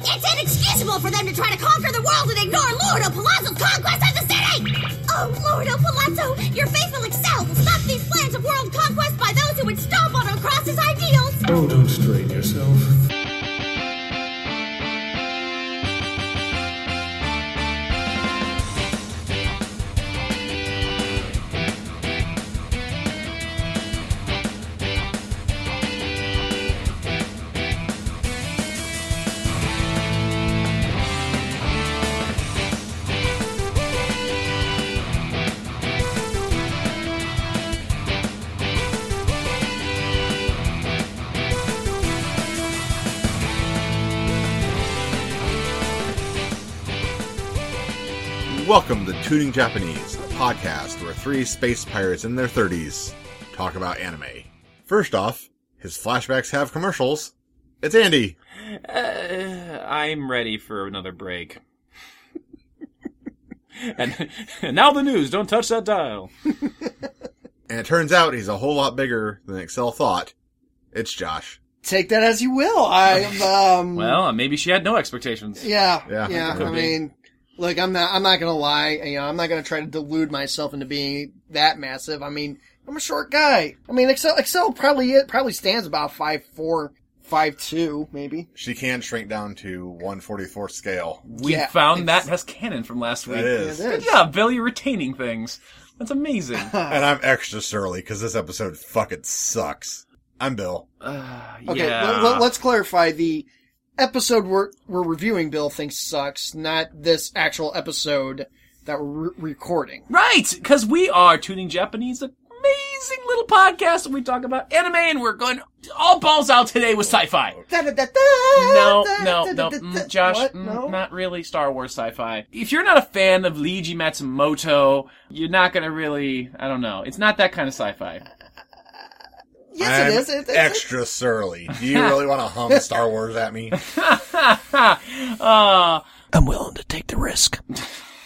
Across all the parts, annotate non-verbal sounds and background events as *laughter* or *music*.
inexcusable for them to try to conquer the world and ignore Lordo Palazzo's conquest of the city! Oh, Lordo Palazzo, your faith will excel! Stop these plans of world conquest by those who would stomp on O'Cross's ideals! Oh, don't strain yourself. Welcome to Tuning Japanese, the podcast where three space pirates in their 30s talk about anime. First off, his flashbacks have commercials. It's Andy. I'm ready for another break. and, and now the news. Don't touch that dial. And it turns out he's a whole lot bigger than Excel thought. It's Josh. Take that as you will. *laughs* I'm um Well, uh, maybe she had no expectations. yeah, Yeah, yeah. could I be. mean, look, I'm not I'm not going to lie. You know, I'm not going to try to delude myself into being that massive. I mean, I'm a short guy. I mean, Excel Excel probably it probably stands about five four, five two, maybe. She can shrink down to 144 scale. We Yeah, found that it's- as canon from last week. That is. It Good is. job, Bill. You're retaining things. That's *laughs* amazing. Uh, And I'm extra surly because this episode fucking sucks. I'm Bill. Uh, Okay, yeah. let, let, let's clarify the episode we're we're reviewing. Bill thinks sucks, not this actual episode that we're re- recording. Right, because we are Tuning Japanese, an amazing little podcast where we talk about anime, and we're going all balls out today with sci-fi. *laughs* No, no, no, mm, Josh, What? mm, No? not really Star Wars sci-fi. If you're not a fan of Leiji Matsumoto, you're not gonna really, I don't know, it's not that kind of sci-fi. *laughs* Yes, it I'm is. It- it's- extra *laughs* surly. Do you really want to hum Star Wars at me? uh, *laughs* I'm willing to take the risk.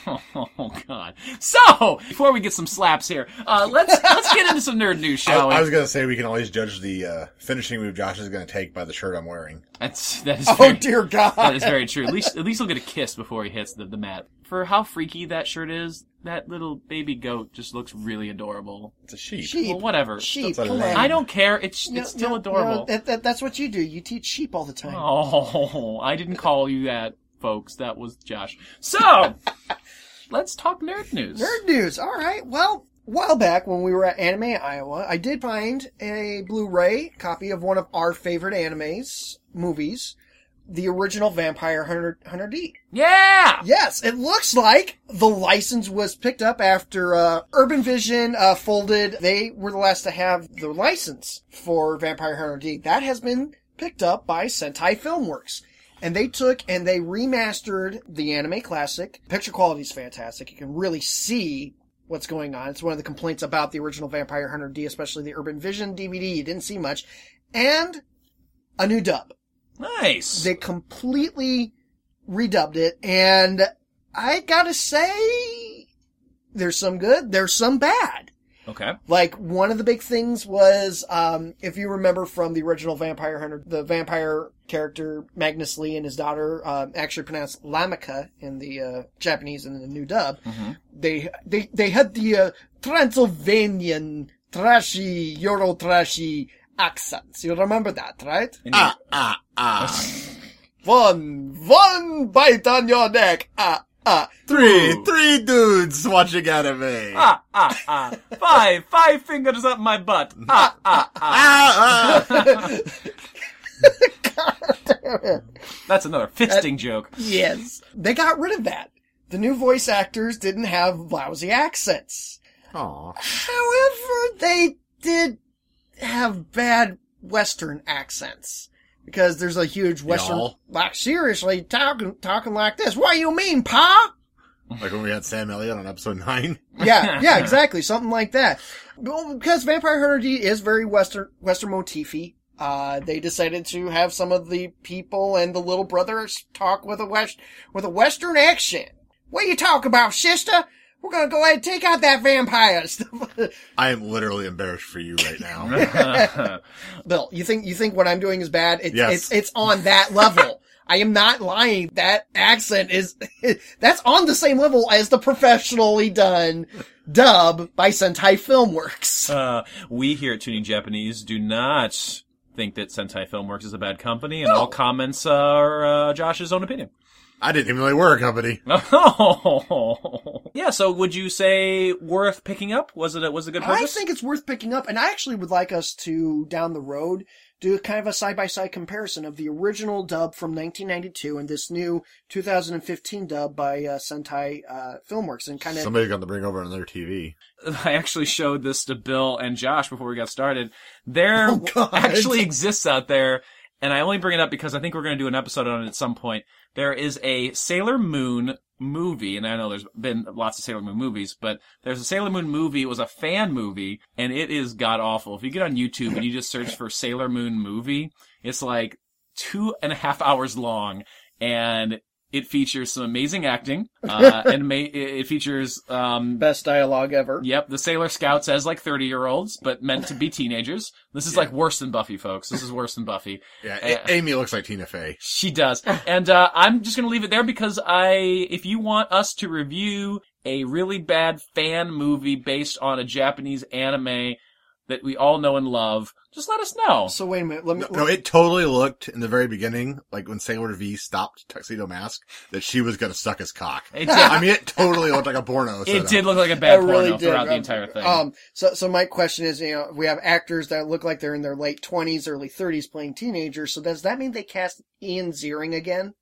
oh god. So, before we get some slaps here, uh, let's, let's get into some nerd news, I, shall we? I was gonna say we can always judge the uh, finishing move Josh is gonna take by the shirt I'm wearing. That's, that is *laughs* Oh very- dear God! That is very true. At least, at least he'll get a kiss before he hits the, the mat. For how freaky that shirt is, that little baby goat just looks really adorable. It's a sheep. *laughs* sheep. Well, whatever. Sheep. That's a Come lamb. on. I don't care. It's No, it's still no, adorable. no, that, that, that's what you do. You teach sheep all the time. oh, I didn't call you that, folks. That was Josh. So, *laughs* let's talk nerd news. Nerd news. All right. Well, a while back when we were at Anime Iowa, I did find a Blu-ray copy of one of our favorite animes movies, the original Vampire Hunter Hunter D. Yeah. Yes, it looks like the license was picked up after uh, Urban Vision uh, folded. They were the last to have the license for Vampire Hunter D. That has been picked up by Sentai Filmworks. And they took and they remastered the anime classic. Picture quality is fantastic. You can really see what's going on. It's one of the complaints about the original Vampire Hunter D, especially the Urban Vision DVD. You didn't see much. And a new dub Nice. they completely redubbed it and i gotta say there's some good there's some bad okay. like one of the big things was um, if you remember from the original vampire hunter the vampire character magnus lee and his daughter um, actually pronounced lamaka in the uh, japanese and in the new dub they they they had the uh, transylvanian trashy euro trashy accents you remember that right And Ah ah ah. one, one bite on your neck. Ah, ah. Three, Ooh. three dudes watching anime. Ah, Ah ah ah. Five five fingers up my butt. Ah ah ah. ah, That's another fisting *laughs* joke. *laughs* Yes. They got rid of that. The new voice actors didn't have lousy accents. *laughs* Aw. However, they did have bad Western accents. Because there's a huge Western, Y'all. like seriously, talking, talking like this. What do you mean, pa? Like when we had Sam Elliott on episode nine. yeah, yeah, exactly, something like that. Well, because Vampire Hunter D is very Western Western motify. Uh, they decided to have some of the people and the little brothers talk with a west with a Western accent. What you talk about, sister? We're gonna go ahead and take out that vampire stuff. *laughs* I am literally embarrassed for you right *laughs* now. Bill, you think you think what I'm doing is bad? It's Yes. it's it's on that level. I am not lying. That accent is, *laughs* that's on the same level as the professionally done dub by Sentai Filmworks. Uh, we here at Tuning Japanese do not think that Sentai Filmworks is a bad company, and all comments are uh, Josh's own opinion. *laughs* I didn't even know they were a company. Oh, yeah. So, would you say worth picking up? Was it a, was it a good I purchase? think it's worth picking up, and I actually would like us to, down the road, do kind of a side by side comparison of the original dub from 1992 and this new 2015 dub by uh, Sentai uh, Filmworks, and kind of Somebody's got to bring over another TV. *laughs* I actually showed this to Bill and Josh before we got started. There *laughs* Oh, God. actually exists out there, and I only bring it up because I think we're going to do an episode on it at some point. There is a Sailor Moon movie, and I know there's been lots of Sailor Moon movies, but there's a Sailor Moon movie. It was a fan movie, and it is god awful. If you get on YouTube and you just search for Sailor Moon movie, it's like two and a half hours long, and it features some amazing acting, *laughs* uh, and ma- it features um, best dialogue ever. Yep, the Sailor Scouts as like 30 year olds, but meant to be teenagers. This is like worse than Buffy, folks. This is worse than Buffy. Yeah, Eh. A- Amy looks like Tina Fey. She *laughs* does. And, uh, I'm just gonna leave it there because I, if you want us to review a really bad fan movie based on a Japanese anime that we all know and love, just let us know. So wait a minute, let me. No, no, it totally looked in the very beginning, like when Sailor V stopped Tuxedo Mask, that she was going to suck his cock. *laughs* *laughs* It I did, mean, it totally looked like a porno. it setup. did look like a bad I porno really did. throughout the entire thing. Um, so, so my question is, you know, we have actors that look like they're in their late twenties, early thirties, playing teenagers. So does that mean they cast Ian Ziering again?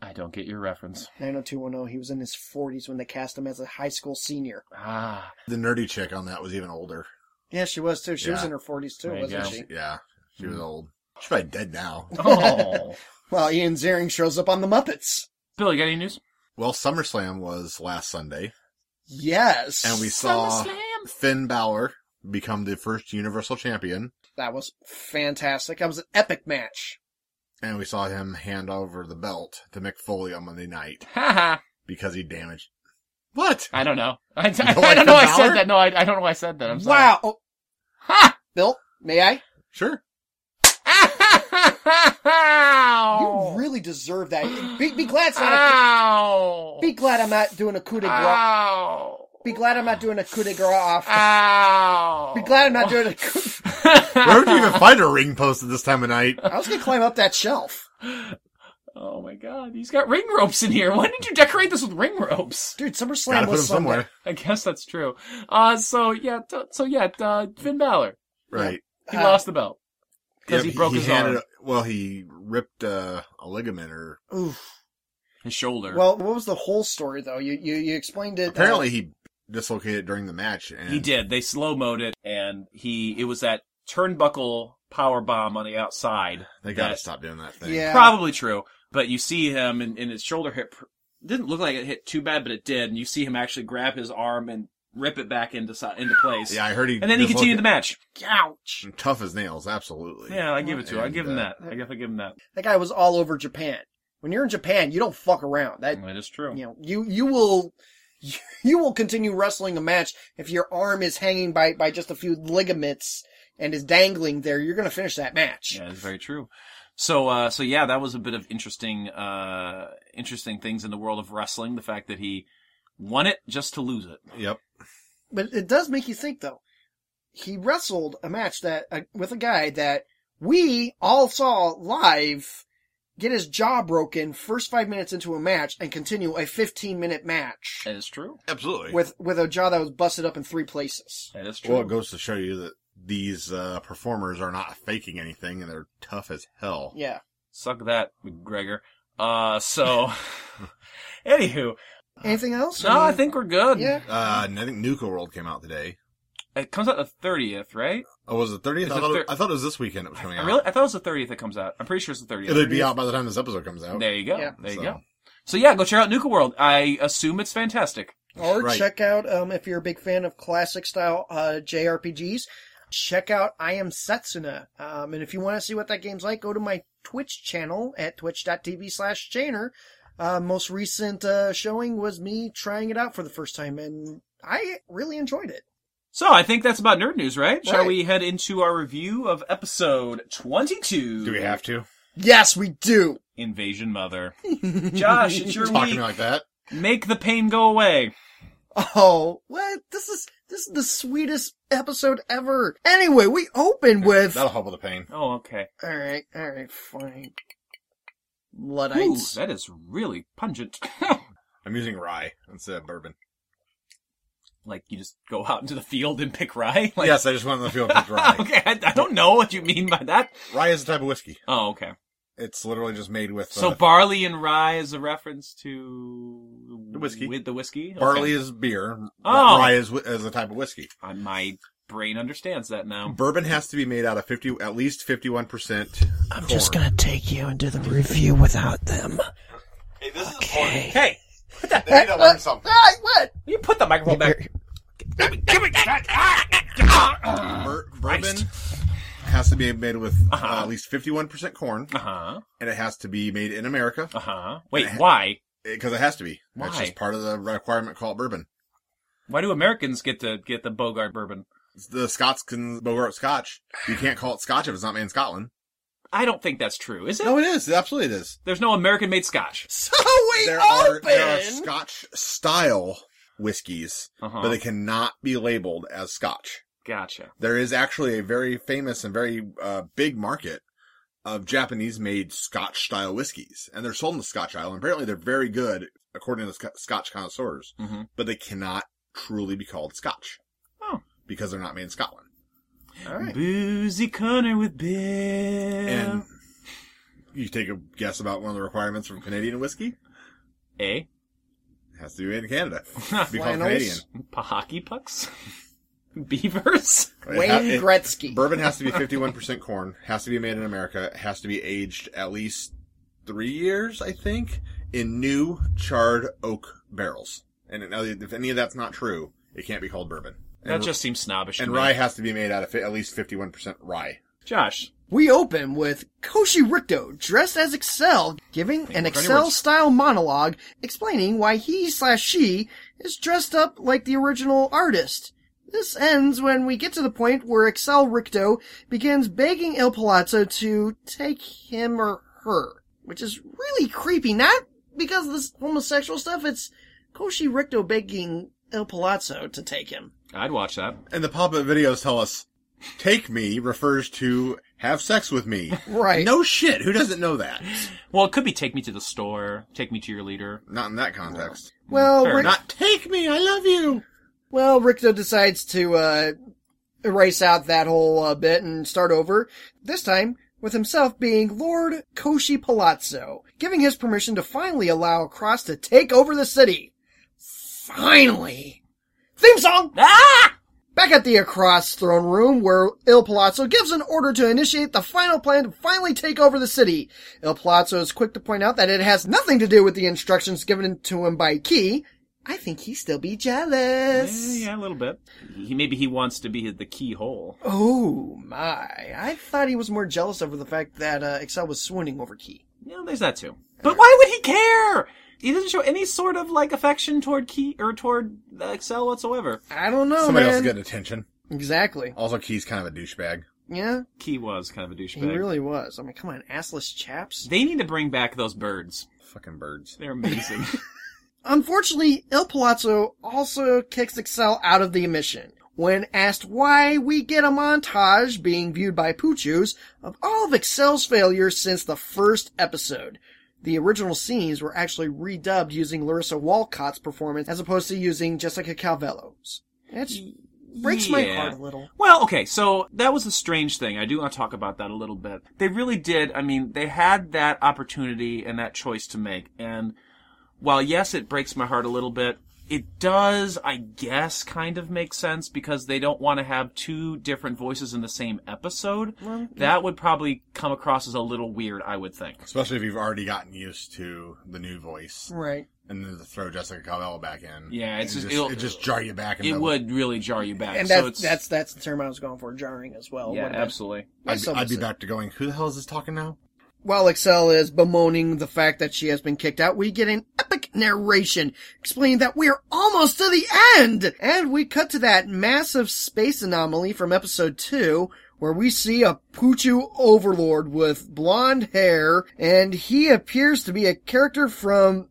I don't get your *laughs* reference. 90210. oh, He was in his forties when they cast him as a high school senior. Ah. The nerdy chick on that was even older. Yeah, she was too. She was Yeah. in her forties too, There you wasn't go. she? Yeah, she was old. She's probably dead now. Oh. Well, Ian Ziering shows up on the Muppets. Bill, you got any news? Well, SummerSlam was last Sunday, Yes, and we saw SummerSlam. Finn Balor become the first Universal Champion, that was fantastic. That was an epic match. and we saw him hand over the belt to Mick Foley on Monday night Haha. because he damaged. What? I don't know. *laughs* I, I, know why don't know why I Finn said Balor? that. No, I, I don't know why I said that. I'm sorry. Wow, oh, Ha! Bill, may I? Sure. Ow! You really deserve that. Be, be glad it's Ah. not. Ow! A, be glad I'm not doing a coup de grace. Ah. Ow! Be glad I'm not doing a coup de grace Ah. off. Ow! Be glad I'm not doing a coup. *laughs* *laughs* Where would you even find a ring post at this time of night? I was gonna climb up that shelf. Oh my god, he's got ring ropes in here. Why didn't you decorate this with ring ropes? *laughs* Dude, SummerSlam Gotta put him was somewhere. somewhere. I guess that's true. Uh, so yeah, t- so yeah, uh, Finn Balor. Right. He Uh, lost the belt. 'Cause Yep, he broke his handed arm. a- well, he ripped uh, a ligament or Oof. His shoulder. Well, what was the whole story though? You you, you explained it. uh, apparently he dislocated it during the match. And He did. They slow mode it, and he it was that turnbuckle power bomb on the outside. They gotta that- stop doing that thing. Yeah. Probably true, but you see him, and, and his shoulder hit. pr- Didn't look like it hit too bad, but it did. And you see him actually grab his arm and rip it back into si- into place. Yeah, I heard he. And then he dislocated- continued the match. Ouch. Tough as nails, absolutely. Yeah, I give it to him. I And, give him uh, that. I definitely give him that. that guy was all over Japan. When you're in Japan, you don't fuck around. That That is true. you know you you will *laughs* you, will continue wrestling a match if your arm is hanging by by just a few ligaments and is dangling there. You're gonna finish that match. Yeah, it's very true. So, uh, so yeah, that was a bit of interesting, uh, interesting things in the world of wrestling. The fact that he won it just to lose it. Yep. But it does make you think though. He wrestled a match that uh, with a guy that we all saw live get his jaw broken first 5 minutes into a match and continue a 15 minute match That is true. Absolutely. with with a jaw that was busted up in three places. That is true. well, it goes to show you that these uh, performers are not faking anything, and they're tough as hell. Yeah. Suck that, McGregor. *laughs* Uh, so, anywho, Anything else? no, I think we're good. yeah. Uh, and I think Nuka World came out today. It comes out the thirtieth, right? Oh, was it thirtieth? It's I, the thought it- thir- I thought it was this weekend. It was coming I out. really, I thought it was the thirtieth that comes out. I'm pretty sure it's the It'll thirtieth. be out by the time this episode comes out. There you go. Yeah. There you So- go. So yeah, go check out Nuka World. I assume it's fantastic. Or Right. check out, um, if you're a big fan of classic style uh, JRPGs, check out I Am Setsuna. Um, and if you want to see what that game's like, go to my Twitch channel at twitch.tv slash Janer. Uh, most recent uh, showing was me trying it out for the first time, and I really enjoyed it. So I think that's about nerd news, right? Shall Right. we head into our review of episode twenty-two? Do we have to? Yes, we do. Invasion Mother. *laughs* Josh, it's your Talking week. like that. Make the pain go away. Oh, what? This is this is the sweetest episode ever. Anyway, we open with That'll help with the pain. Oh, okay. all right, all right, fine. Ooh, Luddites. that is really pungent. *laughs* I'm using rye instead of bourbon. like you just go out into the field and pick rye. Like, yes, I just went on the field and picked rye. *laughs* okay, I, I don't know what you mean by that. Rye is a type of whiskey. Oh, okay. It's literally just made with So uh, barley and rye is a reference to The whiskey. With the whiskey, Okay. barley is beer. Oh. Rye is, whi- is a type of whiskey. Uh, my brain understands that now. Bourbon has to be made out of fifty, at least fifty-one percent. I'm just gonna. take you and do the review without them. Hey, this is important. Hey, They need to *laughs* learn something. Ah, what? you put the microphone back. Bur- bourbon has to be made with uh, at least fifty-one percent corn, Uh huh. and it has to be made in America Uh huh. Wait, why? because it has to be. That's Why? just part of the requirement called bourbon. Why do Americans get to get the Bogart bourbon? It's the Scots can Bogart Scotch. You can't call it Scotch if it's not made in Scotland. I don't think that's true, is it? No, it is. It absolutely it is. There's no American made scotch. So we There are, open. there are Scotch style whiskeys, Uh-huh. but they cannot be labeled as Scotch. Gotcha. There is actually a very famous and very uh, big market of Japanese made Scotch style whiskeys, and they're sold in the Scotch Isle. And apparently, they're very good, according to Sc- Scotch connoisseurs, Mhm. but they cannot truly be called Scotch Oh. because they're not made in Scotland. all right. Boozy Connor with Bill. And you take a guess about one of the requirements from Canadian whiskey? A. It has to be made in Canada. be called Flannels. Canadian. Hockey pucks. *laughs* Beavers. It Wayne ha- it- Gretzky. Bourbon has to be 51% corn, has to be made in America, has to be aged at least three years, I think, in new charred oak barrels. And it- now, if any of that's not true, it can't be called bourbon. And, That just seems snobbish. and to me. rye has to be made out of fi- at least 51% rye. Josh. We open with Koshi Rikdo dressed as Excel, giving an we're gonna Excel words. style monologue explaining why he slash she is dressed up like the original artist. This ends when we get to the point where Excel Ricto begins begging Il Palazzo to take him or her, which is really creepy. Not because of this homosexual stuff, it's Koshi Ricto begging Il Palazzo to take him. I'd watch that. And the pop-up videos tell us, take me refers to have sex with me. Right. No shit. Who doesn't know that? Well, it could be take me to the store, take me to your leader. Not in that context. Well, Fair Ric- enough. Not take me. I love you. Well, Ricto decides to uh, erase out that whole uh, bit and start over, this time with himself being Lord Koshi Palazzo, giving his permission to finally allow Cross to take over the city. Finally! Theme song! Ah! Back at the Across throne room, where Il Palazzo gives an order to initiate the final plan to finally take over the city. Il Palazzo is quick to point out that it has nothing to do with the instructions given to him by Key. I think he'd still be jealous. Eh, yeah, a little bit. He maybe he wants to be the keyhole. Oh my! I thought he was more jealous over the fact that uh, Excel was swooning over Key. Yeah, there's that too. But why would he care? He doesn't show any sort of like affection toward Key or toward uh, Excel whatsoever. I don't know, Somebody Oh, man. else is getting attention. Exactly. Also, Key's kind of a douchebag. Yeah, Key was kind of a he douchebag. really was. I mean, come on, assless chaps. They need to bring back those birds. Fucking birds. They're amazing. Unfortunately, Il Palazzo also kicks Excel out of the mission. When asked why, we get a montage being viewed by Poochus of all of Excel's failures since the first episode. The original scenes were actually redubbed using Larissa Walcott's performance as opposed to using Jessica Calvello's. It's *laughs* breaks my Yeah. heart a little. Well, okay, so that was a strange thing. I do want to talk about that a little bit. They really did. I mean, they had that opportunity and that choice to make. And while yes, it breaks my heart a little bit, it does, I guess, kind of make sense because they don't want to have two different voices in the same episode. that would probably come across as a little weird, I would think. Especially if you've already gotten used to the new voice. Right. and then to throw Jessica Calvello back in. Yeah, it's And just- just, it'll- it just jar you back. in It the- would really jar you back. And so that's it's, that's that's the term I was going for, jarring as well. yeah, Would've been- absolutely. I'd, be- Myself I'd be was- back to going. Who the hell is this talking now? While Excel is bemoaning the fact that she has been kicked out, we get an epic narration explaining that we are almost to the end! And we cut to that massive space anomaly from episode two, where we see a Poochu overlord with blonde hair, and he appears to be a character from,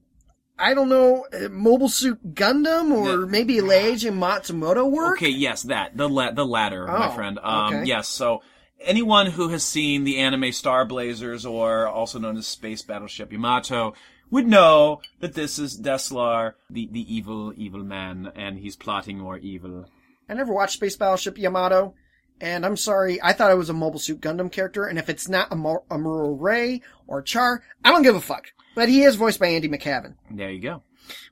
I don't know, uh, Mobile Suit Gundam or Yeah. maybe Leiji Matsumoto work? Okay, yes, that the la- the latter, my Oh, friend. Um, okay. yes. So anyone who has seen the anime Star Blazers, or also known as Space Battleship Yamato, would know that this is Deslar, the the evil evil man, and he's plotting more evil. I never watched Space Battleship Yamato, and I'm sorry, I thought it was a Mobile Suit Gundam character, and if it's not Amar- Amuro Ray or Char, I don't give a fuck. But he is voiced by Andy McCavin. There you go.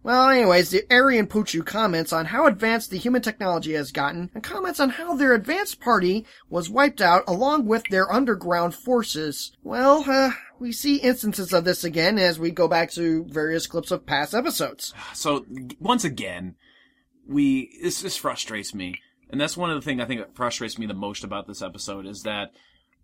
Well, anyways, the Aryan Puchu comments on how advanced the human technology has gotten, and comments on how their advanced party was wiped out along with their underground forces. Well, uh, we see instances of this again as we go back to various clips of past episodes. So g- once again, we this this frustrates me, and that's one of the things I think that frustrates me the most about this episode is that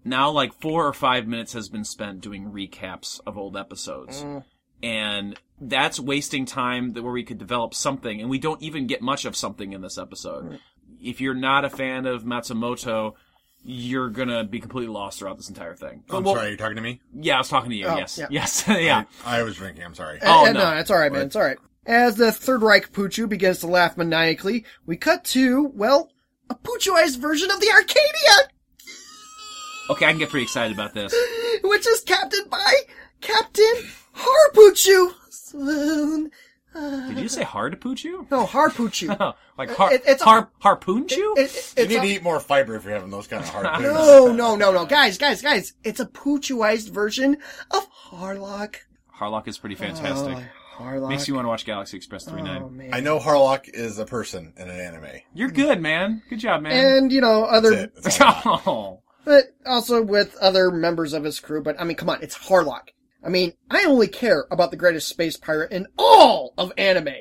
now like four or five minutes has been spent doing recaps of old episodes, Mm. and that's wasting time that where we could develop something, and we don't even get much of something in this episode. Mm. If you're not a fan of Matsumoto. You're gonna be completely lost throughout this entire thing. But I'm we'll- sorry, you're talking to me? Yeah, I was talking to you. Oh, yes, yeah. yes, *laughs* yeah. I was drinking, I'm *laughs* sorry. Oh, Uh, no. it's all right, man. It's all right. As the Third Reich Poochu begins to laugh maniacally, we cut to, well, a Poochuized version of the Arcadia, Okay, I can get pretty excited about this. which is captained by Captain Harpoochu. Swoon. Did you say hard pooch you? No, Harpoochu. Oh, *laughs* like har- It- it's a- har- harpooned you? It- it- you it's need a- to eat more fiber if you're having those kind of *laughs* hard things. no, no, no, no. Guys, guys, guys. It's a Poochuized version of Harlock. Harlock is pretty fantastic. Oh, Harlock. Makes you want to watch Galaxy Express 39. Oh, man. I know Harlock is a person in an anime. You're good, man. Good job, man. And, you know, That's other it. That's all I know. *laughs* oh. but also with other members of his crew. But I mean, come on, it's Harlock. I mean, I only care about the greatest space pirate in all of anime.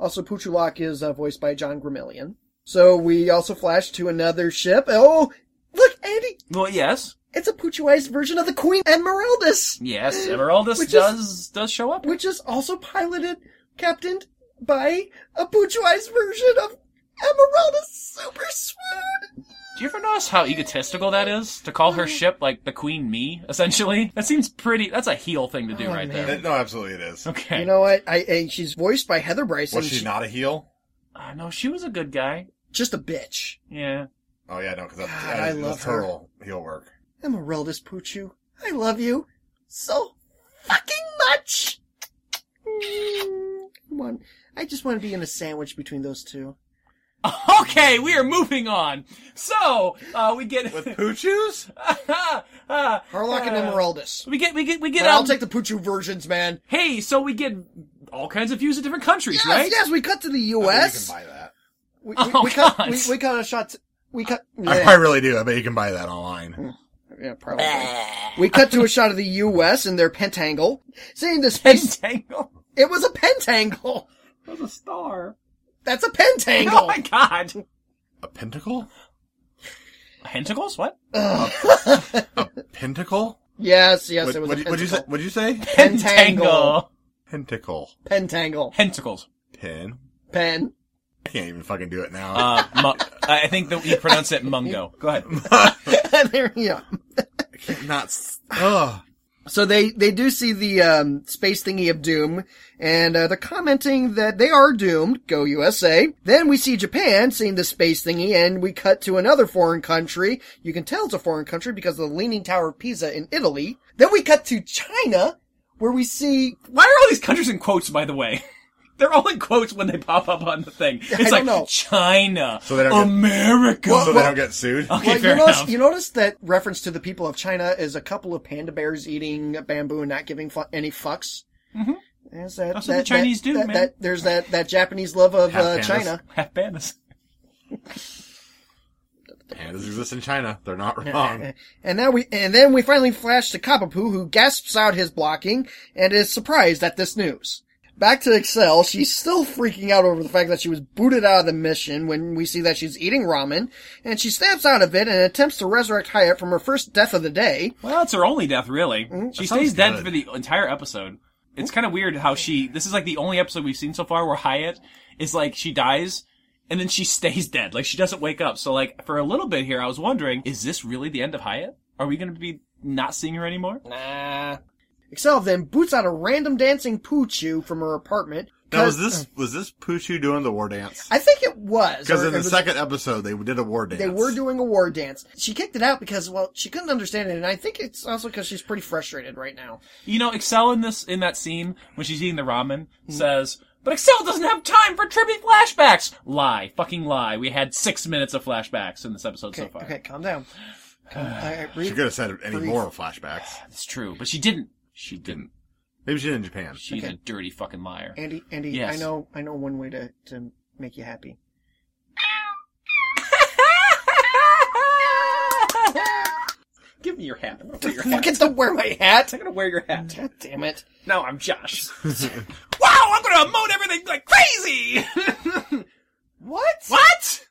Also, Puchulak is uh, voiced by John Gramillion. So we also flash to another ship. Oh, look, Andy, Well, yes. it's a Puchuized version of the Queen Emeraldus, Yes, Emeraldus Which is- does does show up. which is also piloted, captained by a Puchuized version of Emeraldus Super Swoon. Do you ever notice how egotistical that is? To call Oh. her ship, like, the Queen Me, essentially? That seems pretty... That's a heel thing to do right there. It- No, absolutely it is. Okay. Oh, You know what? I, I she's voiced by Heather Bryson. Was she not a heel? Uh, no, she was a good guy. Just a bitch. Yeah. *laughs* Oh yeah, no, because that's, God, that I is- love that's her. whole heel work. Emeraldus Poochu, I love you so fucking much. Mm, Come on. I just want to be in a sandwich between those two. Okay, we are moving on. So, uh, we get... Uh, With *laughs* poochoos? Harlock and Uh, Emeraldus. we get, we get, we get... But I'll um, take the Poochu versions, man. Hey, so we get all kinds of views of different countries, Yes, right? yes, we cut to the U.S. I bet you Oh, can buy that. We, we, Oh, we cut, God. we, we cut a shot. To, we cut. I, Yeah, I really do. I bet you can buy that online. yeah, probably. we cut to a shot of the U.S. and their pentangle. Seeing the space, Pentangle. it was a pentangle. That was a star. That's a *laughs* pentangle. Oh my god. A pentacle? Pentacles? What? Pentacle? Yes, yes, What, it was what, a what'd you say? pentangle. What'd you say? Pentangle. Pentacle. Pentangle. Pentacles. Pin. Pen. I can't even fucking do it now. Uh, mu- I think that you pronounce it mungo. Go ahead. *laughs* there, yeah. *laughs* Not. s- *laughs* Ugh. So they, they do see the, um, space thingy of doom, and, uh, they're commenting that they are doomed. Go USA. Then we see Japan seeing the space thingy, and we cut to another foreign country. You can tell it's a foreign country because of the Leaning Tower of Pisa in Italy. Then we cut to China, where we see, Why are all these countries in quotes, by the way? *laughs* They're all in quotes when they pop up on the thing. It's don't like know. China, So they don't get- America. so they don't get sued. okay, fair well, you notice, enough. you notice that reference to the people of China is a couple of panda bears eating bamboo and not giving fu- any fucks. Mm-hmm. Is that, That's what the that- Chinese that- do, that- man. that- there's that, that Japanese love of, Half uh, pandas. China. Half banners. Pandas exist in China. They're *laughs* not wrong. And now we, and then we finally flash to Kapapu, who gasps out his blocking and is surprised at this news. Back to Excel, she's still freaking out over the fact that she was booted out of the mission when we see that she's eating ramen, and she snaps out of it and attempts to resurrect Hyatt from her first death of the day. Well, it's her only death, really. Mm-hmm. She stays sounds dead good. for the entire episode. It's kind of weird how she. This is like the only episode we've seen so far where Hyatt is like she dies and then she *laughs* stays dead. Like she doesn't wake up. So like for a little bit here, I was wondering, is this really the end of Hyatt? Are we going to be not seeing her anymore? Nah. Excel then boots out a random dancing Poochu from her apartment. Now, was this was this Poochu doing the war dance? I think it was. Because in or it the was- second episode, they did a war dance. They were doing a war dance. She kicked it out because, well, she couldn't understand it, and I think it's also because she's pretty frustrated right now. You know, Excel in this in that scene when she's eating the ramen Mm-hmm. says, "But Excel doesn't have time for trippy flashbacks." Lie, fucking lie. We had six minutes of flashbacks in this episode so Okay, far. okay, calm down. Calm, I, *sighs* I, She breathe. could have said any Brief. more flashbacks. That's true, but she didn't. She didn't. Maybe she did in Japan. She's Okay. a dirty fucking liar. Andy, Andy, Yes. I know, I know one way to, to make you happy. Give me your hat. I'm gonna wear your *laughs* I hat. get to wear my hat. *laughs* I'm gonna wear your hat. God damn it. Now I'm *laughs* Josh. wow, I'm gonna moan everything like crazy. *laughs* What? what?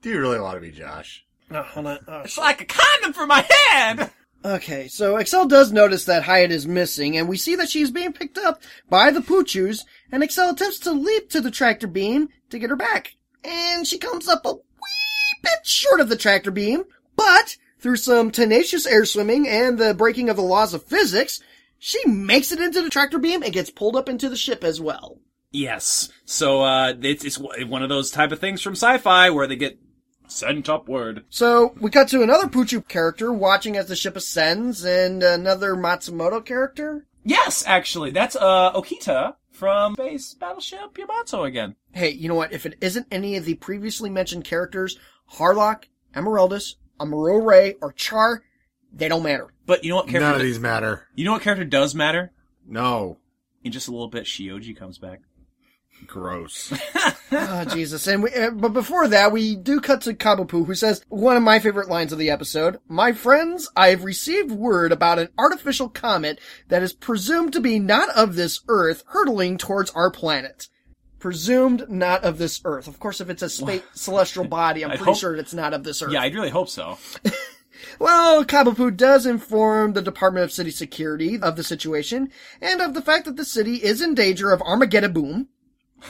Do you really want to be Josh? No, hold on. Oh, It's like a condom for my head. Okay, so Excel does notice that Hyatt is missing, and we see that she's being picked up by the Poochus, and Excel attempts to leap to the tractor beam to get her back. And she comes up a wee bit short of the tractor beam, but through some tenacious air swimming and the breaking of the laws of physics, she makes it into the tractor beam and gets pulled up into the ship as well. Yes. So uh, it's it's one of those type of things from sci-fi where they get sent upward. So we cut to another Poochu character watching as the ship ascends, and another Matsumoto character. Yes, actually, that's uh Okita from Space Battleship Yamato again. Hey, you know what? If it isn't any of the previously mentioned characters, Harlock, Emeraldus, Amuro Ray, or Char, they don't matter. *laughs* But you know what character? None of these matter. You know what character does matter? No. In just a little bit, Shioji comes back. *laughs* Gross. Oh, Jesus. And we, uh, but before that, we do cut to Kabupu, who says one of my favorite lines of the episode. My friends, I've received word about an artificial comet that is presumed to be not of this Earth hurtling towards our planet. Presumed not of this Earth. Of course, if it's a spa- celestial body, *laughs* I'm I pretty hope- sure it's not of this Earth. Yeah, I'd really hope so. *laughs* Well, Kabupu does inform the Department of City Security of the situation and of the fact that the city is in danger of Armageddon boom.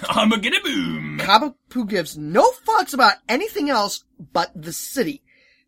I'm a get a boom. Kabupu gives no fucks about anything else but the city.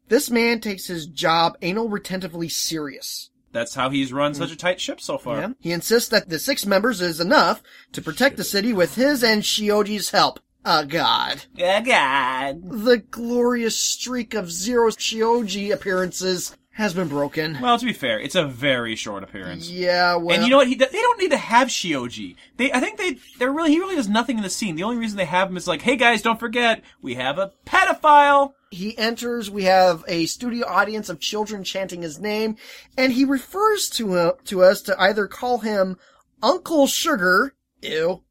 This man takes his job anal retentively serious. That's how he's run Mm. such a tight ship so far. He insists that the six members is enough to protect the city with his and Shioji's help. Ah, God. Yeah, God. The glorious streak of zero Shioji appearances has been broken. Well, to be fair, it's a very short appearance. Yeah, well. And you know what? He, they don't need to have Shioji. They, I think they, they're really, he really does nothing in the scene. The only reason they have him is like, hey guys, don't forget, we have a pedophile. He enters, we have a studio audience of children chanting his name, and he refers to, uh, to us to either call him Uncle Sugar, ew,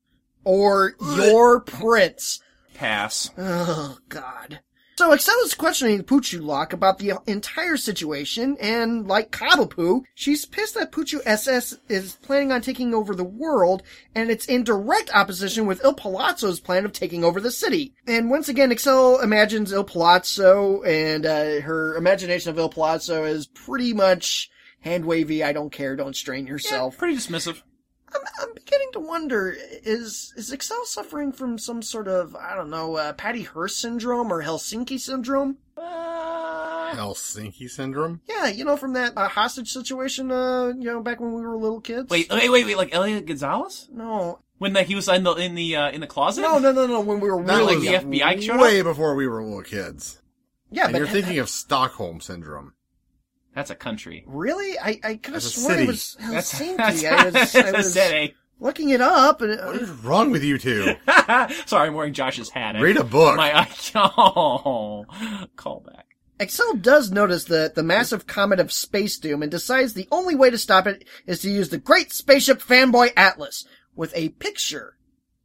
or Your Prince. Pass. Oh, God. So Excel is questioning Poochu Lock about the entire situation, and like Kabapu, she's pissed that Poochu SS is planning on taking over the world, and it's in direct opposition with Il Palazzo's plan of taking over the city. And once again, Excel imagines Il Palazzo, and uh, her imagination of Il Palazzo is pretty much hand wavy, I don't care, don't strain Yeah, yourself. pretty dismissive. I'm, I'm beginning to wonder is is Excel suffering from some sort of I don't know uh, Patty Hearst syndrome or Helsinki syndrome? Helsinki syndrome? Yeah, you know from that uh, hostage situation, uh, you know back when we were little kids. Wait, wait, wait, wait, like Elliot Gonzalez? uh, no, When the, he was in the, in the, uh, in the closet? no, no, no, no. When we were really like the young. FBI showed up? Way before we were little kids. yeah, and but *laughs* you're thinking of Stockholm syndrome. That's a country. really, I I could have That's *laughs* a sworn city. it was That's, *laughs* Helsinki. that's, *laughs* I was, I that's was a city. looking it up, and eh? What uh, is wrong with you *laughs* two? *laughs* Sorry, I'm wearing Josh's hat. I- Read a book. My *laughs* eye. Oh, call back. Excel does notice the the massive comet of space doom and decides the only way to stop it is to use the Great Spaceship Fanboy Atlas with a picture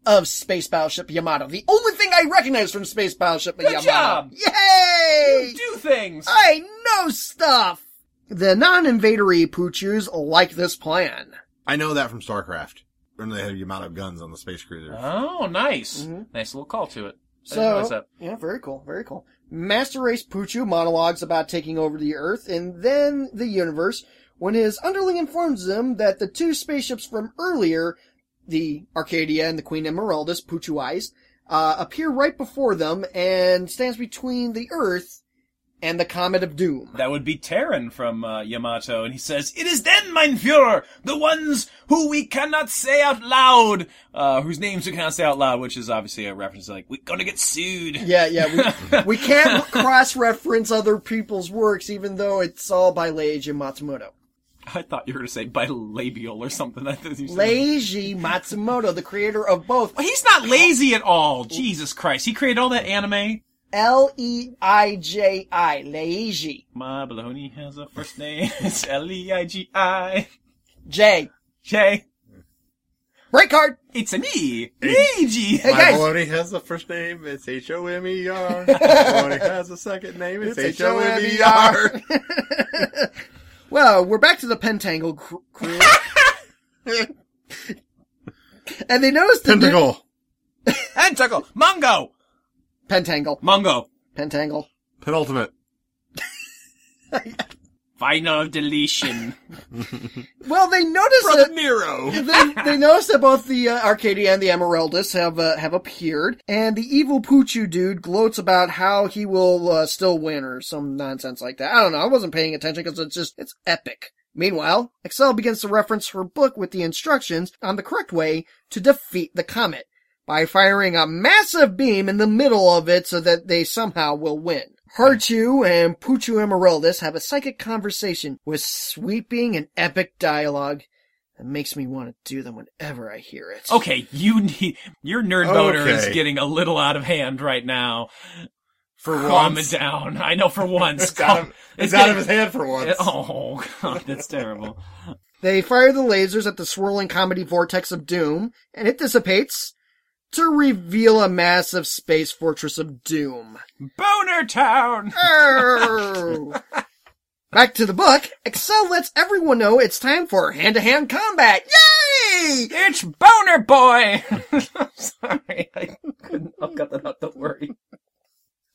of Space Battleship Yamato. The only thing I recognize from Space Battleship Yamato. job! Yay! Do things. I know stuff. The non-invadery poochus like this plan. I know that from StarCraft. When they had the amount of guns on the space cruiser. Oh, nice. Mm-hmm. Nice little call to it. I didn't So realize that. yeah, very cool, very cool. Master Race Poochu monologues about taking over the Earth and then the universe when his underling informs him that the two spaceships from earlier, the Arcadia and the Queen Emeraldus, Poochu eyes, uh, appear right before them and stands between the Earth and the Comet of Doom. That would be Terran from uh, Yamato, and he says, "It is then, mein Führer, the ones who we cannot say out loud, uh, whose names we cannot say out loud," which is obviously a reference to, like we're gonna get sued. Yeah, yeah. We, we can't cross-reference other people's works, even though it's all by Leiji Matsumoto. *laughs* I thought you were gonna say bilabial or something. *laughs* I thought you said- Leiji Matsumoto, the creator of both He's not lazy at all. Jesus Christ, he created all that anime. L E I J I, Leiji My baloney has a first name. *laughs* It's L E I G I J. J. Break card. It's a me, Luigi. Hey, My guys. baloney has a first name, it's *laughs* H-O-M-E-R. E My baloney has a second name, it's, It's E *laughs* E H-O-M-E-R. Well, we're back to the Pentangle cr- *laughs* crew. and they noticed the new- Pentacle. Tentacle, Mongo, Pentangle. Mongo. Pentangle. Penultimate. Final deletion. Well, they *laughs* noticed Brother that Nero. *laughs* they, they noticed that both the uh, Arcadia and the Emeraldus have uh, have appeared, and the evil Poochu dude gloats about how he will uh, still win or some nonsense like that. I don't know. I wasn't paying attention because it's just it's epic. Meanwhile, Excel begins to reference her book with the instructions on the correct way to defeat the comet by firing a massive beam in the middle of it so that they somehow will win. Harchu and Poochu Emeraldus have a psychic conversation with sweeping and epic dialogue that makes me want to do them whenever I hear it. Okay, you need your nerd boner is Okay. getting a little out of hand right now. For Calm it once. down. I know for once. *laughs* It's out Calm- of, it's out of his *laughs* getting- hand for once. Oh god, that's terrible. They fire the lasers at the swirling comedy vortex of doom, and it dissipates to reveal a massive space fortress of doom. Boner Town. Err. Back to the book. Excel lets everyone know it's time for hand-to-hand combat. Yay! It's Boner Boy. *laughs* I'm sorry, I couldn't. I've got that out. Don't worry.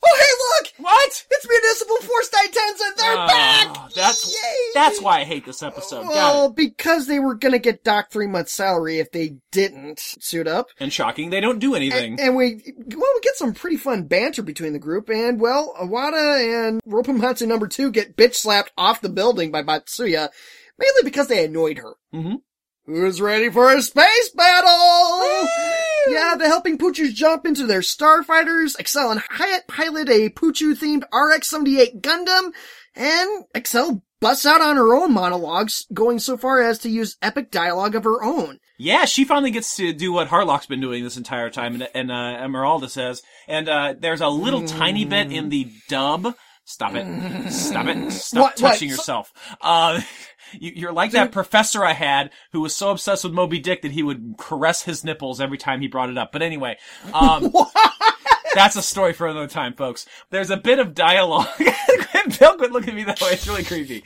Oh, hey, look! What? It's Municipal Force Titans, and they're Oh, back! That's Yay! that's why I hate this episode. Got Well, Oh. it. because they were gonna get docked three months' salary if they didn't suit up. And shocking, they don't do anything. And, and we, well, we get some pretty fun banter between the group, and well, Awada and Ropamatsu number two get bitch slapped off the building by Matsuya, mainly because they annoyed her. Mhm. Who's ready for a space battle? yeah, the helping Poochus jump into their starfighters. Excel and Hyatt pilot a Poochu themed RX-78 Gundam, and Excel busts out on her own monologues, going so far as to use epic dialogue of her own. Yeah, she finally gets to do what Harlock's been doing this entire time, and, and uh, Emeralda says. And uh, there's a little tiny bit in the dub. Stop it! Stop it! Stop What- what? touching So- yourself. Uh, you, you're like that professor I had who was so obsessed with Moby Dick that he would caress his nipples every time he brought it up. But anyway, *laughs* um, that's a story for another time, folks. There's a bit of dialogue. *laughs* Bill, quit looking at me that way. It's really creepy.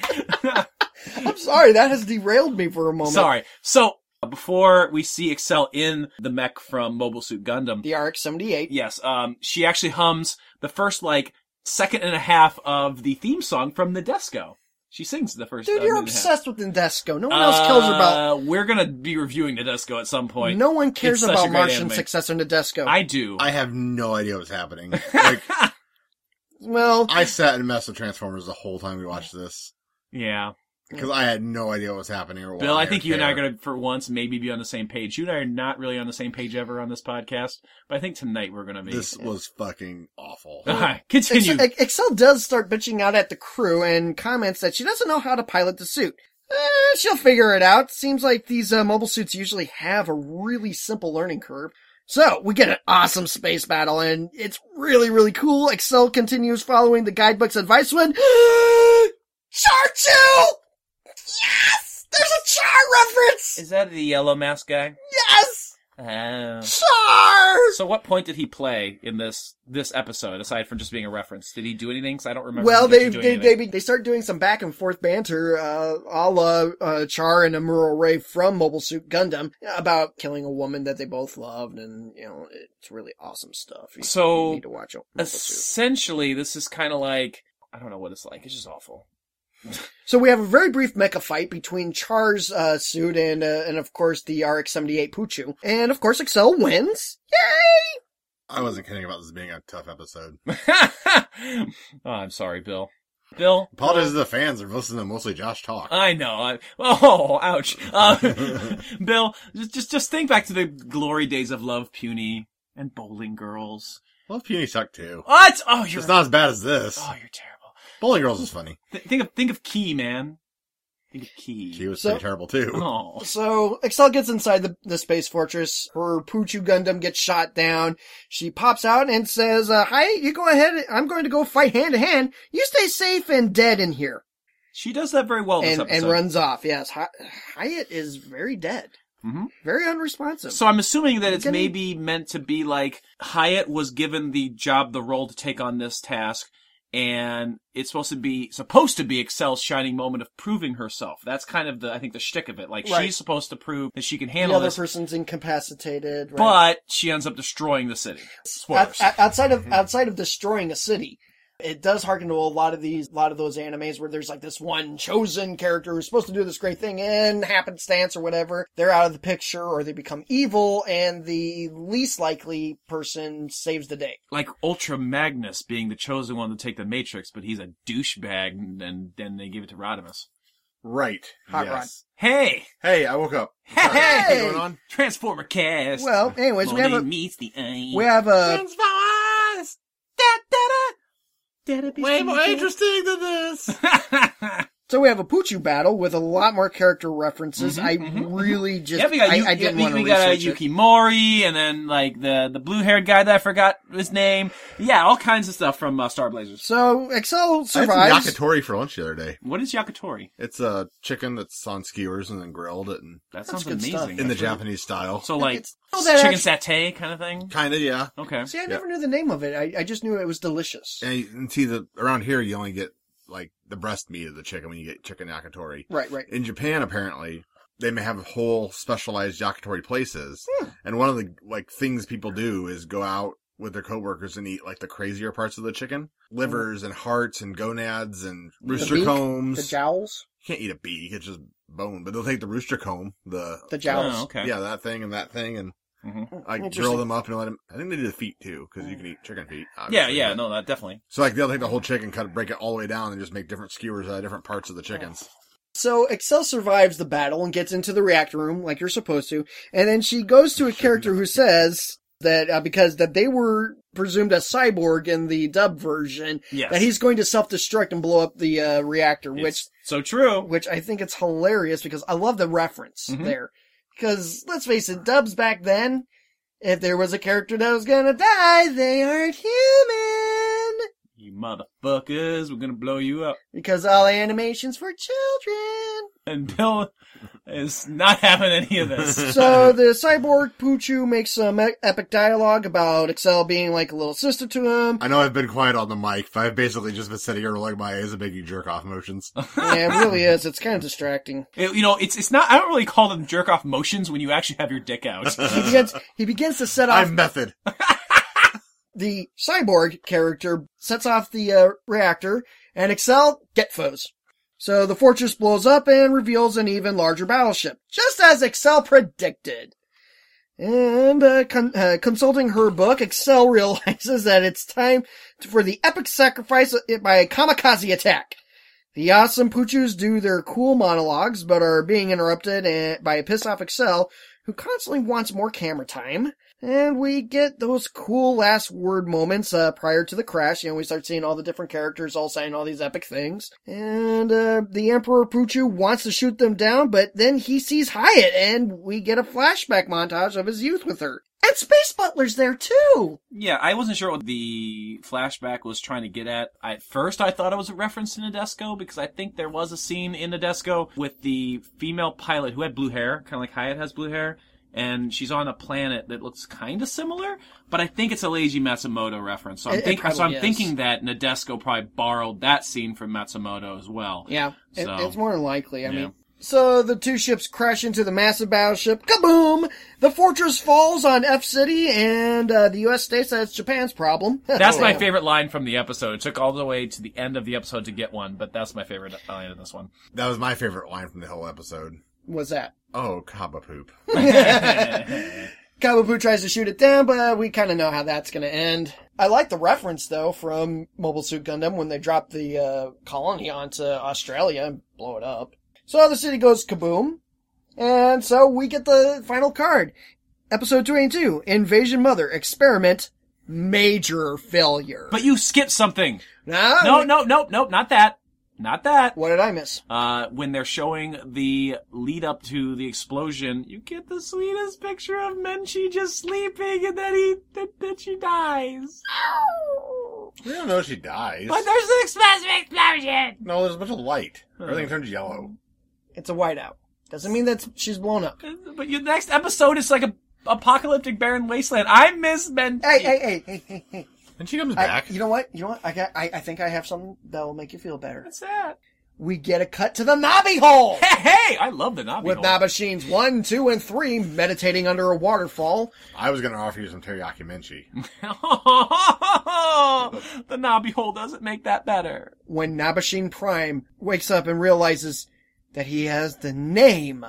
I'm sorry, that has derailed me for a moment. Sorry. So uh, before we see Excel in the mech from Mobile Suit Gundam, The RX-78. yes, um, she actually hums the first like second and a half of the theme song from Nadesco. She sings the first. Dude, uh, you're minute and a half. obsessed with Indesco. No one else cares about. Uh, We're gonna be reviewing Nadesco at some point. No one cares It's such a about great Martian anime. successor Nadesco. I do. I have no idea what's *laughs* happening. Like, well, I sat and messed with Transformers the whole time we watched this. yeah, Because I had no idea what was happening or why Bill. I or think you and I are care. gonna, for once, maybe be on the same page. You and I are not really on the same page ever on this podcast, but I think tonight we're gonna be. This was fucking *laughs* awful. All right, *laughs* continue. Excel, Excel does start bitching out at the crew and comments that she doesn't know how to pilot the suit. Eh, she'll figure it out. Seems like these uh, mobile suits usually have a really simple learning curve. So we get an awesome space battle, and it's really, really cool. Excel continues following the guidebook's advice when *gasps* Charchu. Yes, there's a char reference. Is that the yellow mask guy? Yes, Oh. char. So what point did he play in this this episode aside from just being a reference? Did he do anything? 'Cause I don't remember. Well, him actually they doing they, anything. they they start doing some back and forth banter, uh, a la uh, Char and Amuro Ray from Mobile Suit Gundam about killing a woman that they both loved, and you know it's really awesome stuff. You, So, you need to watch it. Mobile Suit. essentially this is kind of like I don't know what it's like. It's just awful. *laughs* So we have a very brief mecha fight between Char's uh, suit and uh, and of course the RX-78 Puchu, and of course Excel wins. Yay! I wasn't kidding about this being a tough episode. oh, I'm sorry, Bill. Bill, Apologies to the fans are listening to mostly Josh talk. I know. I, oh, ouch. Uh, *laughs* Bill, just, just just think back to the glory days of Love Puny and Bowling Girls. Love Puny sucked too. What? Oh, you're It's not as bad as this. oh, you're terrible. Bowling Girls is funny. Th- think of think of Key, man. Think of Key. She was So- pretty terrible too. Oh, So Excel gets inside the, the space fortress. Her Poochu Gundam gets shot down. She pops out and says, uh, "Hi, you go ahead. I'm going to go fight hand to hand. You stay safe and dead in here." she does that very well. in And this episode. and runs off. Yes, Hi- Hyatt is very dead, Mhm. very unresponsive. So I'm assuming that it's Gonna- maybe meant to be like Hyatt was given the job, the role to take on this task, and it's supposed to be supposed to be Excel's shining moment of proving herself. That's kind of the I think the shtick of it. Like Right. she's supposed to prove that she can the handle other this, person's incapacitated. Right? but she ends up destroying the city. Spoilers. Mm-hmm. Out- out- outside of outside of destroying a city, it does harken to a lot of these, lot of those animes where there's like this one chosen character who's supposed to do this great thing, and happenstance or whatever, they're out of the picture or they become evil, and the least likely person saves the day. like Ultra Magnus being the chosen one to take the Matrix, but he's a douchebag, and and then they give it to Rodimus. Right. Hot yes. Hey, Hey, I woke up. Hey! Sorry, what's going on? Transformer cast. Well, anyways, we have Monet a meets the eye. we have a Transformers! Da da da! Da da Way more interesting than this. so we have a Poochu battle with a lot more character references. I really just *laughs* Mm-hmm, Yeah, we got, I, Yu- I didn't yeah, want we, to we got uh, research it. Yuki Mori, and then like the the blue haired guy that I forgot his name. Yeah, all kinds of stuff from uh, Star Blazers. So I Excel had survives. some yakitori for lunch the other day. What is Yakitori? It's a chicken that's on skewers and then grilled it and That sounds good amazing. stuff. in the actually. Japanese style. So like It's- oh, that chicken satay kind of thing. Kinda, yeah. Okay. See, I never knew the name of it. I, I just knew it was delicious. And, you- and see, the around here you only get like the breast meat of the chicken when you get chicken yakitori. Right, right. In Japan, apparently, they may have whole specialized yakitori places. Hmm. And one of the like things people do is go out with their coworkers and eat like the crazier parts of the chicken, livers and hearts and gonads and rooster beak, The combs. jowls, you can't eat a beak; it's just bone. But they'll take the rooster comb, the the jowls. Oh, okay. yeah, that thing and that thing, and Mhm. like Interesting. drill them up and let them. I think they do the feet too, because you can eat chicken feet. Yeah, obviously, yeah, but- no, that definitely. so like they'll take the whole chicken, cut it, break it all the way down, and just make different skewers out of different parts of the chickens. So Excel survives the battle and gets into the reactor room like you're supposed to, and then she goes to a character who says that uh, because that they were presumed a cyborg in the dub version, Yes. that he's going to self-destruct and blow up the uh, reactor, which It's so true. which I think it's hilarious because I love the reference there. Because let's face it, dubs back then, if there was a character that was gonna die, they aren't human. You motherfuckers, we're gonna blow you up. Because all animations for children. And Bill is not *laughs* having any of this. So the cyborg Poochu makes some e- epic dialogue about Excel being like a little sister to him, I know I've been quiet on the mic, but I've basically just been sitting here rolling my eyes and making jerk off *laughs* motions. and it really is. It's kind of distracting. It- you know, it's it's not. I don't really call them jerk off motions when you actually have your dick out. He begins. He begins to set off I'm method. the cyborg character sets off the uh, reactor and Excel get foes. So the fortress blows up and reveals an even larger battleship, just as Excel predicted. And uh, con- uh, consulting her book, Excel *laughs* realizes that it's time to- for the epic sacrifice of- by a kamikaze attack. The awesome Poochus do their cool monologues, but are being interrupted eh, by a pissed off Excel, who constantly wants more camera time. And we get those cool last word moments uh, prior to the crash. You know, we start seeing all the different characters all saying all these epic things. And uh, the Emperor Poochu wants to shoot them down, but then he sees Hyatt, and we get a flashback montage of his youth with her. And Space Butler's there too. yeah, I wasn't sure what the flashback was trying to get at. At first, I thought it was a reference to Nadesco because I think there was a scene in Nadesco with the female pilot who had blue hair, kind of like Hyatt has blue hair, and she's on a planet that looks kind of similar. But I think it's a Leiji Matsumoto reference, so I'm, It- it think- so I'm probably is. thinking that Nadesco probably borrowed that scene from Matsumoto as well. Yeah, it, So- it's more than likely. I Yeah. mean, so the two ships crash into the massive battleship. Kaboom! The fortress falls on F City, and uh, the U.S. states that it's Japan's problem. *laughs* That's my favorite line from the episode. It took all the way to the end of the episode to get one, but that's my favorite line in this one. That was my Oh, favorite line from the whole episode. Was that? Oh, kaba poop. Kawabu tries to shoot it down, but we kind of know how that's going to end. I like the reference though from Mobile Suit Gundam when they drop the uh, colony onto Australia and blow it up. So the city goes kaboom, and so we get the final card. Episode 282, Invasion Mother, Experiment, Major Failure. But you skipped something. no, No, no, no, no, not that. Not that. What did I miss? Uh, when they're showing the lead up to the explosion, you get the sweetest picture of Menchi just sleeping and then he, that, that she dies. We don't know if she dies. But there's an explosive explosion! No, there's a bunch of light. Everything turns yellow. It's a whiteout. Doesn't mean that she's blown up. But your next episode is like a apocalyptic barren wasteland. I miss Menchi. Hey, hey, hey, hey, hey, hey. And she comes I- back. you know what? You know what? I got. I, I think I have something that will make you feel better. What's that? We get a cut to the knobby hole Hey, hey! I love the Navi with hole. Nabashine's one, two, and three meditating under a waterfall. I was going to offer you some teriyaki menchi. the Navi hole doesn't make that better. When Nabashine Prime wakes up and realizes that he has the name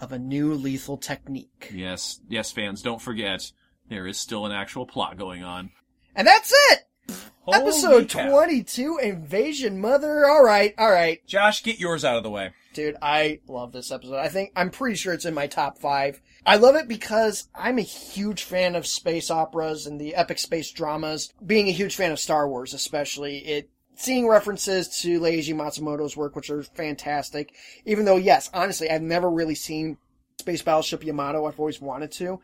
of a new lethal technique, Yes, yes, fans, don't forget, there is still an actual plot going on. and that's it. Holy Episode cow. twenty-two, Invasion Mother. All right, all right. Josh, get yours out of the way. Dude, I love this episode. I think I'm pretty sure it's in my top five. I love it because I'm a huge fan of space operas and the epic space dramas. Being a huge fan of Star Wars, especially, it seeing references to Leiji Matsumoto's work, which are fantastic. Even though, yes, honestly, I've never really seen Space Battleship Yamato. I've always wanted to.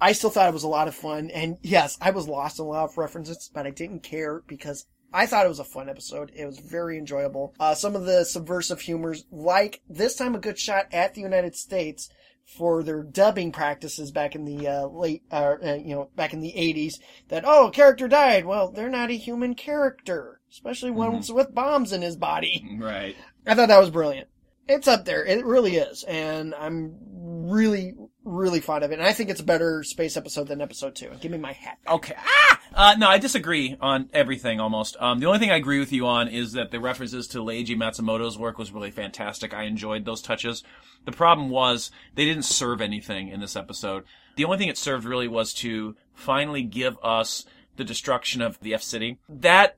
I still thought it was a lot of fun, and yes, I was lost in a lot of references, but I didn't care because I thought it was a fun episode. It was very enjoyable. Uh, some of the subversive humors, like this time a good shot at the United States for their dubbing practices back in the uh, late, uh, uh, you know, back in the '80s. That oh, character died. Well, they're not a human character, especially ones with bombs in his body. Right. I thought that was brilliant. It's up there. It really is. And I'm really, really fond of it. And I think it's a better space episode than episode two. Give me my hat. Okay. Ah! Uh, no, I disagree on everything almost. Um, the only thing I agree with you on is that the references to Leiji Matsumoto's work was really fantastic. I enjoyed those touches. The problem was they didn't serve anything in this episode. The only thing it served really was to finally give us the destruction of the F City. That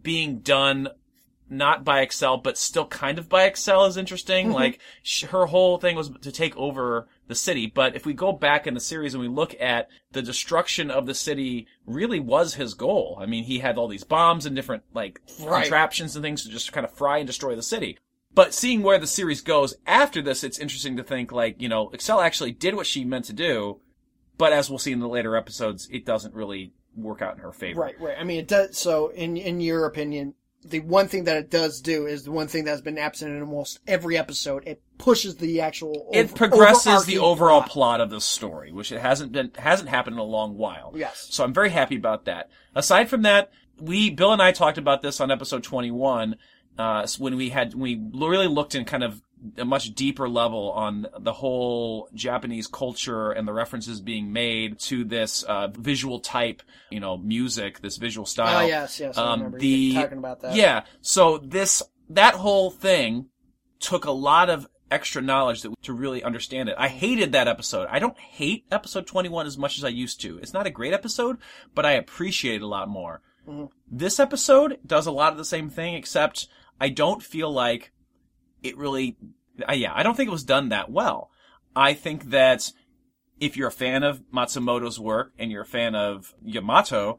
being done not by Excel, but still kind of by Excel is interesting. Like sh- her whole thing was to take over the city. But if we go back in the series and we look at the destruction of the city really was his goal. I mean, he had all these bombs and different like Right. contraptions and things to just kind of fry and destroy the city. But seeing where the series goes after this, it's interesting to think like, you know, Excel actually did what she meant to do. But as we'll see in the later episodes, it doesn't really work out in her favor. Right, right. I mean, it does. So in, in your opinion, the one thing that it does do is the one thing that's been absent in almost every episode. It pushes the actual. it over- progresses overarching the overall plot. plot of this story, which it hasn't been hasn't happened in a long while. Yes. So I'm very happy about that. Aside from that, we Bill and I talked about this on episode 21 uh, when we had we really looked in kind of a much deeper level on the whole Japanese culture and the references being made to this uh, visual type, you know, music, this visual Ah, style. yes, yes. I remember um, the you talking about that. yeah. So this that whole thing took a lot of extra knowledge that, to really understand it. I hated that episode. I don't hate episode 21 as much as I used to. It's not a great episode, but I appreciate it a lot more. This episode does a lot of the same thing except I don't feel like it really I, yeah, I don't think it was done that well. I think that if you're a fan of Matsumoto's work and you're a fan of Yamato,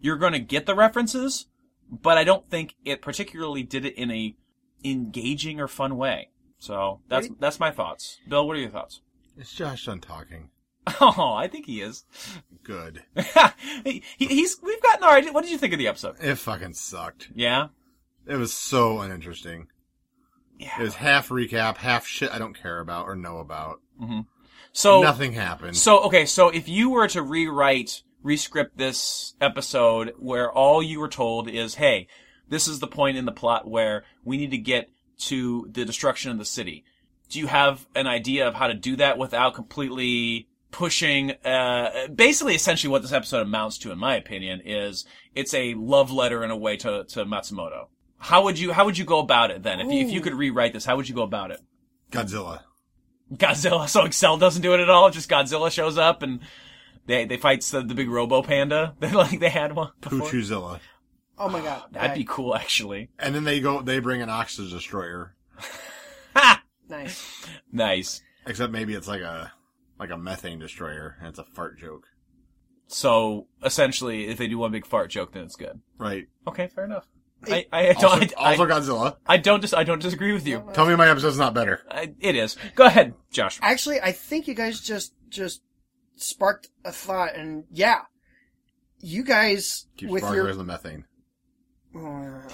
you're going to get the references, but I don't think it particularly did it in a engaging or fun way. So that's that's my thoughts. Bill, what are your thoughts? *laughs* Is Josh done talking? Oh, I think he is. *laughs* Good. he, he's we've gotten our idea. What did you think of the episode? It fucking sucked. Yeah. It was so uninteresting. Yeah. It was half recap, half shit I don't care about or know about. So Nothing happened. So okay, so if you were to rewrite, rescript this episode where all you were told is, "Hey, this is the point in the plot where we need to get to the destruction of the city." Do you have an idea of how to do that without completely pushing? Uh, basically, essentially, what this episode amounts to, in my opinion, is it's a love letter in a way to to Matsumoto. How would you How would you go about it then? If you, if you could rewrite this, how would you go about it? Godzilla. Godzilla. So Excel doesn't do it at all. Just Godzilla shows up and They they fight the, the big Robo Panda. *laughs* They like they had one. Before. Poochuzilla. Oh my god. *sighs* That'd be Right. cool, actually. And then they go, they bring an oxygen destroyer. *laughs* nice. Nice. Except maybe it's like a, like a methane destroyer and it's a fart joke. So essentially, if they do one big fart joke, then it's good. *laughs* Right. Okay, fair enough. I I don't Also, I, also I, Godzilla. I don't dis- I don't disagree with you. uh, Tell me my episode's not better. I, it is. Go ahead, Josh. Actually, I think you guys just just sparked a thought, and yeah, you guys Keeps with barking your with the methane. Uh,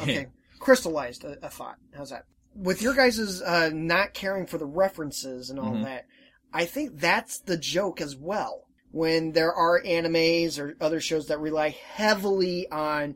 okay. Crystallized a, a thought. How's that? With your guys' uh, not caring for the references and all that, I think that's the joke as well. When there are animes or other shows that rely heavily on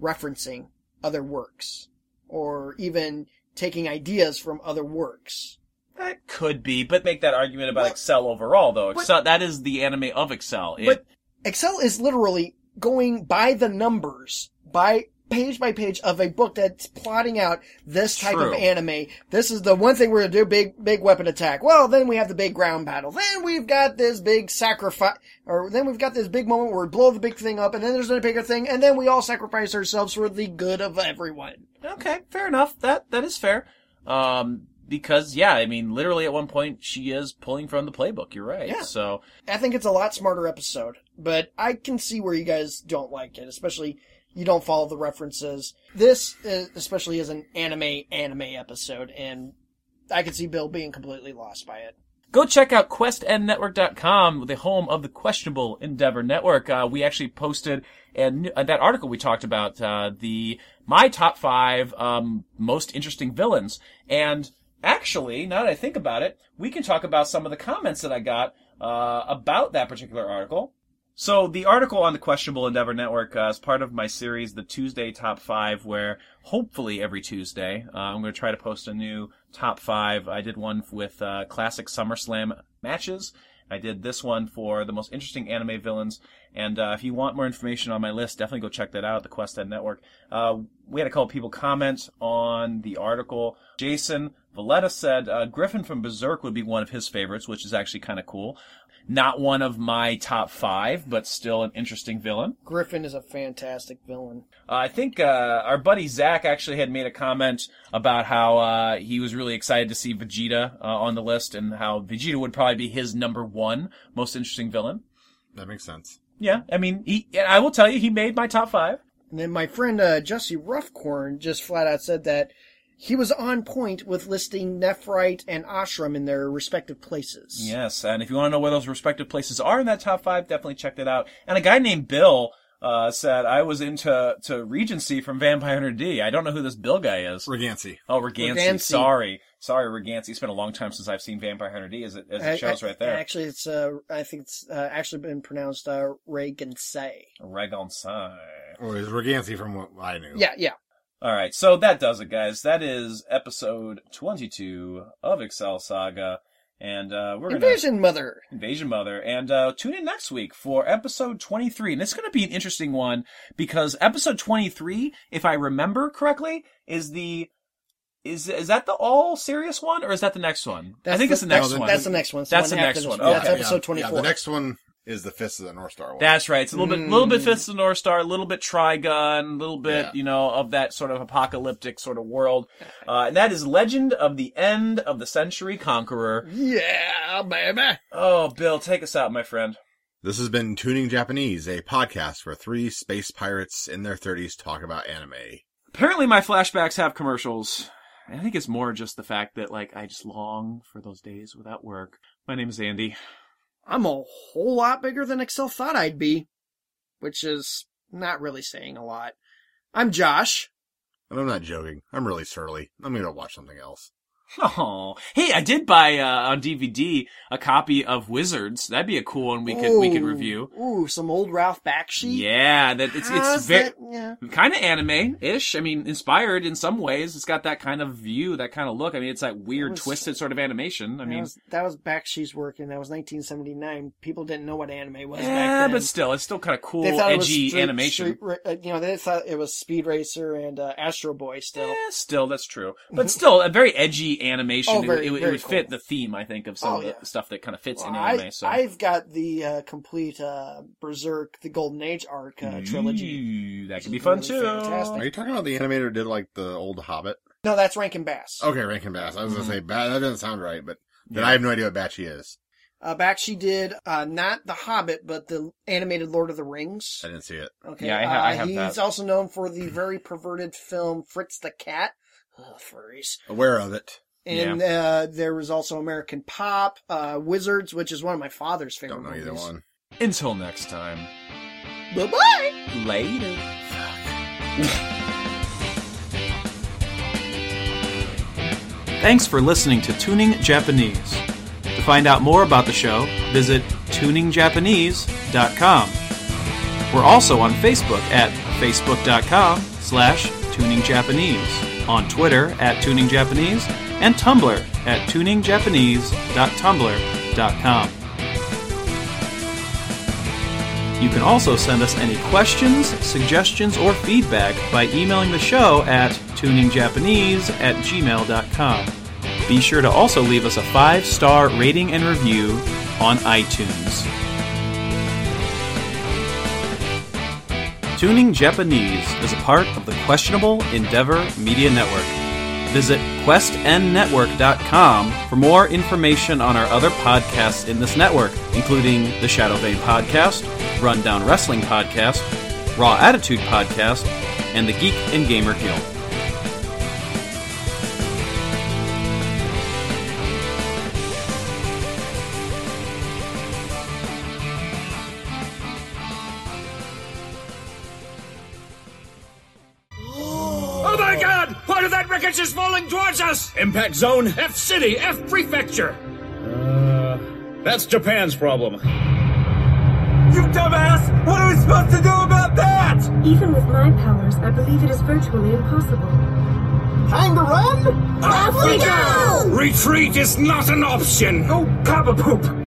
referencing other works or even taking ideas from other works. That could be, but make that argument about Well- Excel overall, though. Excel that is the anime of Excel. It, But Excel is literally going by the numbers, by page by page of a book that's plotting out this type True. of anime. This is the one thing we're gonna do: big, big weapon attack. Well, then we have the big ground battle. Then we've got this big sacrifice, or then we've got this big moment where we blow the big thing up, and then there's a bigger thing, and then we all sacrifice ourselves for the good of everyone. okay, fair enough. That that is fair. Um, because yeah, I mean, literally at one point she is pulling from the playbook. You're right. Yeah. So I think it's a lot smarter episode, but I can see where you guys don't like it, especially you don't follow the references. This, uh, especially, is an anime anime episode, and I can see Bill being completely lost by it. go check out questnetwork.com, the home of the questionable endeavor network. Uh, we actually posted and uh, that article we talked about uh, the my top five um, most interesting villains. And actually, now that I think about it, we can talk about some of the comments that I got uh, about that particular article. So the article on the Questionable Endeavor Network uh, is part of my series, the Tuesday Top Five, where hopefully every Tuesday uh, I'm going to try to post a new top five. I did one with uh, classic SummerSlam matches. I did this one for the most interesting anime villains. And uh, if you want more information on my list, definitely go check that out. The Quest Ed Network. Uh, we had a couple people comment on the article. Jason Valletta said uh, Griffin from Berserk would be one of his favorites, which is actually kind of cool not one of my top five, but still an interesting villain. Griffin is a fantastic villain. Uh, I think uh, our buddy Zach actually had made a comment about how uh, he was really excited to see Vegeta uh, on the list and how Vegeta would probably be his number one most interesting villain. That makes sense. Yeah, I mean, he, and I will tell you, he made my top five. And then my friend uh, Jesse Roughcorn just flat out said that he was on point with listing Nephrite and Ashram in their respective places. Yes, and if you want to know where those respective places are in that top five, definitely check that out. And a guy named Bill uh, said, I was into to Regency from Vampire Hunter D. I don't know who this Bill guy is. Regancy. Oh, Regancy. Regancy. Sorry. Sorry, Regancy. It's been a long time since I've seen Vampire Hunter D, as it, as it I- shows I- right there. Actually, it's uh, I think it's uh, actually been pronounced uh, Reagan Say. Regancy. Or is Regancy from what I knew? Yeah, yeah. All right. So that does it, guys. That is episode 22 of Excel Saga. And uh, we're going to. Invasion Mother. Invasion Mother. And uh, tune in next week for episode 23. And it's going to be an interesting one because episode 23, if I remember correctly, is the. Is is that the all serious one or is that the next one? I think it's the next that's- one. That's the next one. It's That's the one after next this one. That's Okay. episode Yeah, twenty four. the next one is the Fist of the North Star one. That's right. It's a little bit, little Hmm. bit Fist of the North Star, a little bit Trigun, a little bit, you know, of that sort of apocalyptic sort of *laughs* world. Uh, and that is Legend of the End of the Century Conqueror. yeah, baby. Oh, Bill, take us out, my friend. This has been Tuning Japanese, a podcast where three space pirates in their 30s talk about anime. Apparently, my flashbacks have commercials. I think it's more just the fact that, like, I just long for those days without work. My name is Andy. *laughs* I'm a whole lot bigger than Excel thought I'd be, which is not really saying a lot. I'm Josh. And I'm not joking. I'm really surly. I'm gonna watch something else. Oh, hey, I did buy uh, on DVD a copy of Wizards. That'd be a cool one we could we could Ooh, review. Ooh, some old Ralph Bakshi. Yeah, that it's it's How's very. that- yeah. kind of anime ish. I mean, inspired in some ways. It's got that kind of view, that kind of look. I mean, it's that weird, was- twisted sort of animation. I that mean, was, that was Bakshi's work, and that was 1979. People didn't know what anime was yeah, back then. eh, but still, it's still kind of cool, they thought it was edgy street, animation. Street, Ra- uh, you know, they thought it was Speed Racer and uh, Astro Boy still. *laughs* Eh, still, that's true. But still, a very edgy the animation. Oh, it would- very- it, would- it very would cool. fit the theme, I think, of some Oh, of the yeah. stuff that kind of fits in Well, I, anime. so I've got the uh, complete uh, Berserk, the Golden Age arc uh, Mm. trilogy. Ooh, that could be fun Really too. fantastic. Are you talking about the animator who did like the old Hobbit? No, that's Rankin Bass. Okay, Rankin Bass. I was Mm-hmm. gonna say Ba That doesn't sound right, but then I have no idea what Batchy is. Uh, back she did uh, not The Hobbit, but the animated Lord of the Rings. I didn't see it. Okay, Uh, Yeah, I ha- I uh, have he's that. also known for the very perverted film Fritz the Cat. Ugh, furries. Aware of it. And uh, there was also American Pop, uh, Wizards, which is one of my father's favorite Don't know movies. either one. Until next time, Bye bye. later. Thanks for listening to Tuning Japanese. To find out more about the show, visit tuningjapanese.com. We're also on Facebook at facebook.com slash tuningjapanese, on Twitter at tuningjapanese, and Tumblr at tuningjapanese.tumblr.com. You can also send us any questions, suggestions, or feedback by emailing the show at tuningjapanese at gmail.com. Be sure to also leave us a five star rating and review on iTunes. Tuning Japanese is a part of the Questionable Endeavor Media Network. Visit questnnetwork.com for more information on our other podcasts in this network, including the Shadow Vein podcast, Rundown Wrestling podcast, Raw Attitude podcast, and the Geek and Gamer Guild. Oh my god! Part of that wreckage is falling towards us! Impact Zone, F City, F Prefecture! Uh, that's Japan's problem. You dumbass! What are we supposed to do about that? Even with my powers, I believe it is virtually impossible. Time to run. Off we go! Retreat is not an option! Oh, copper poop!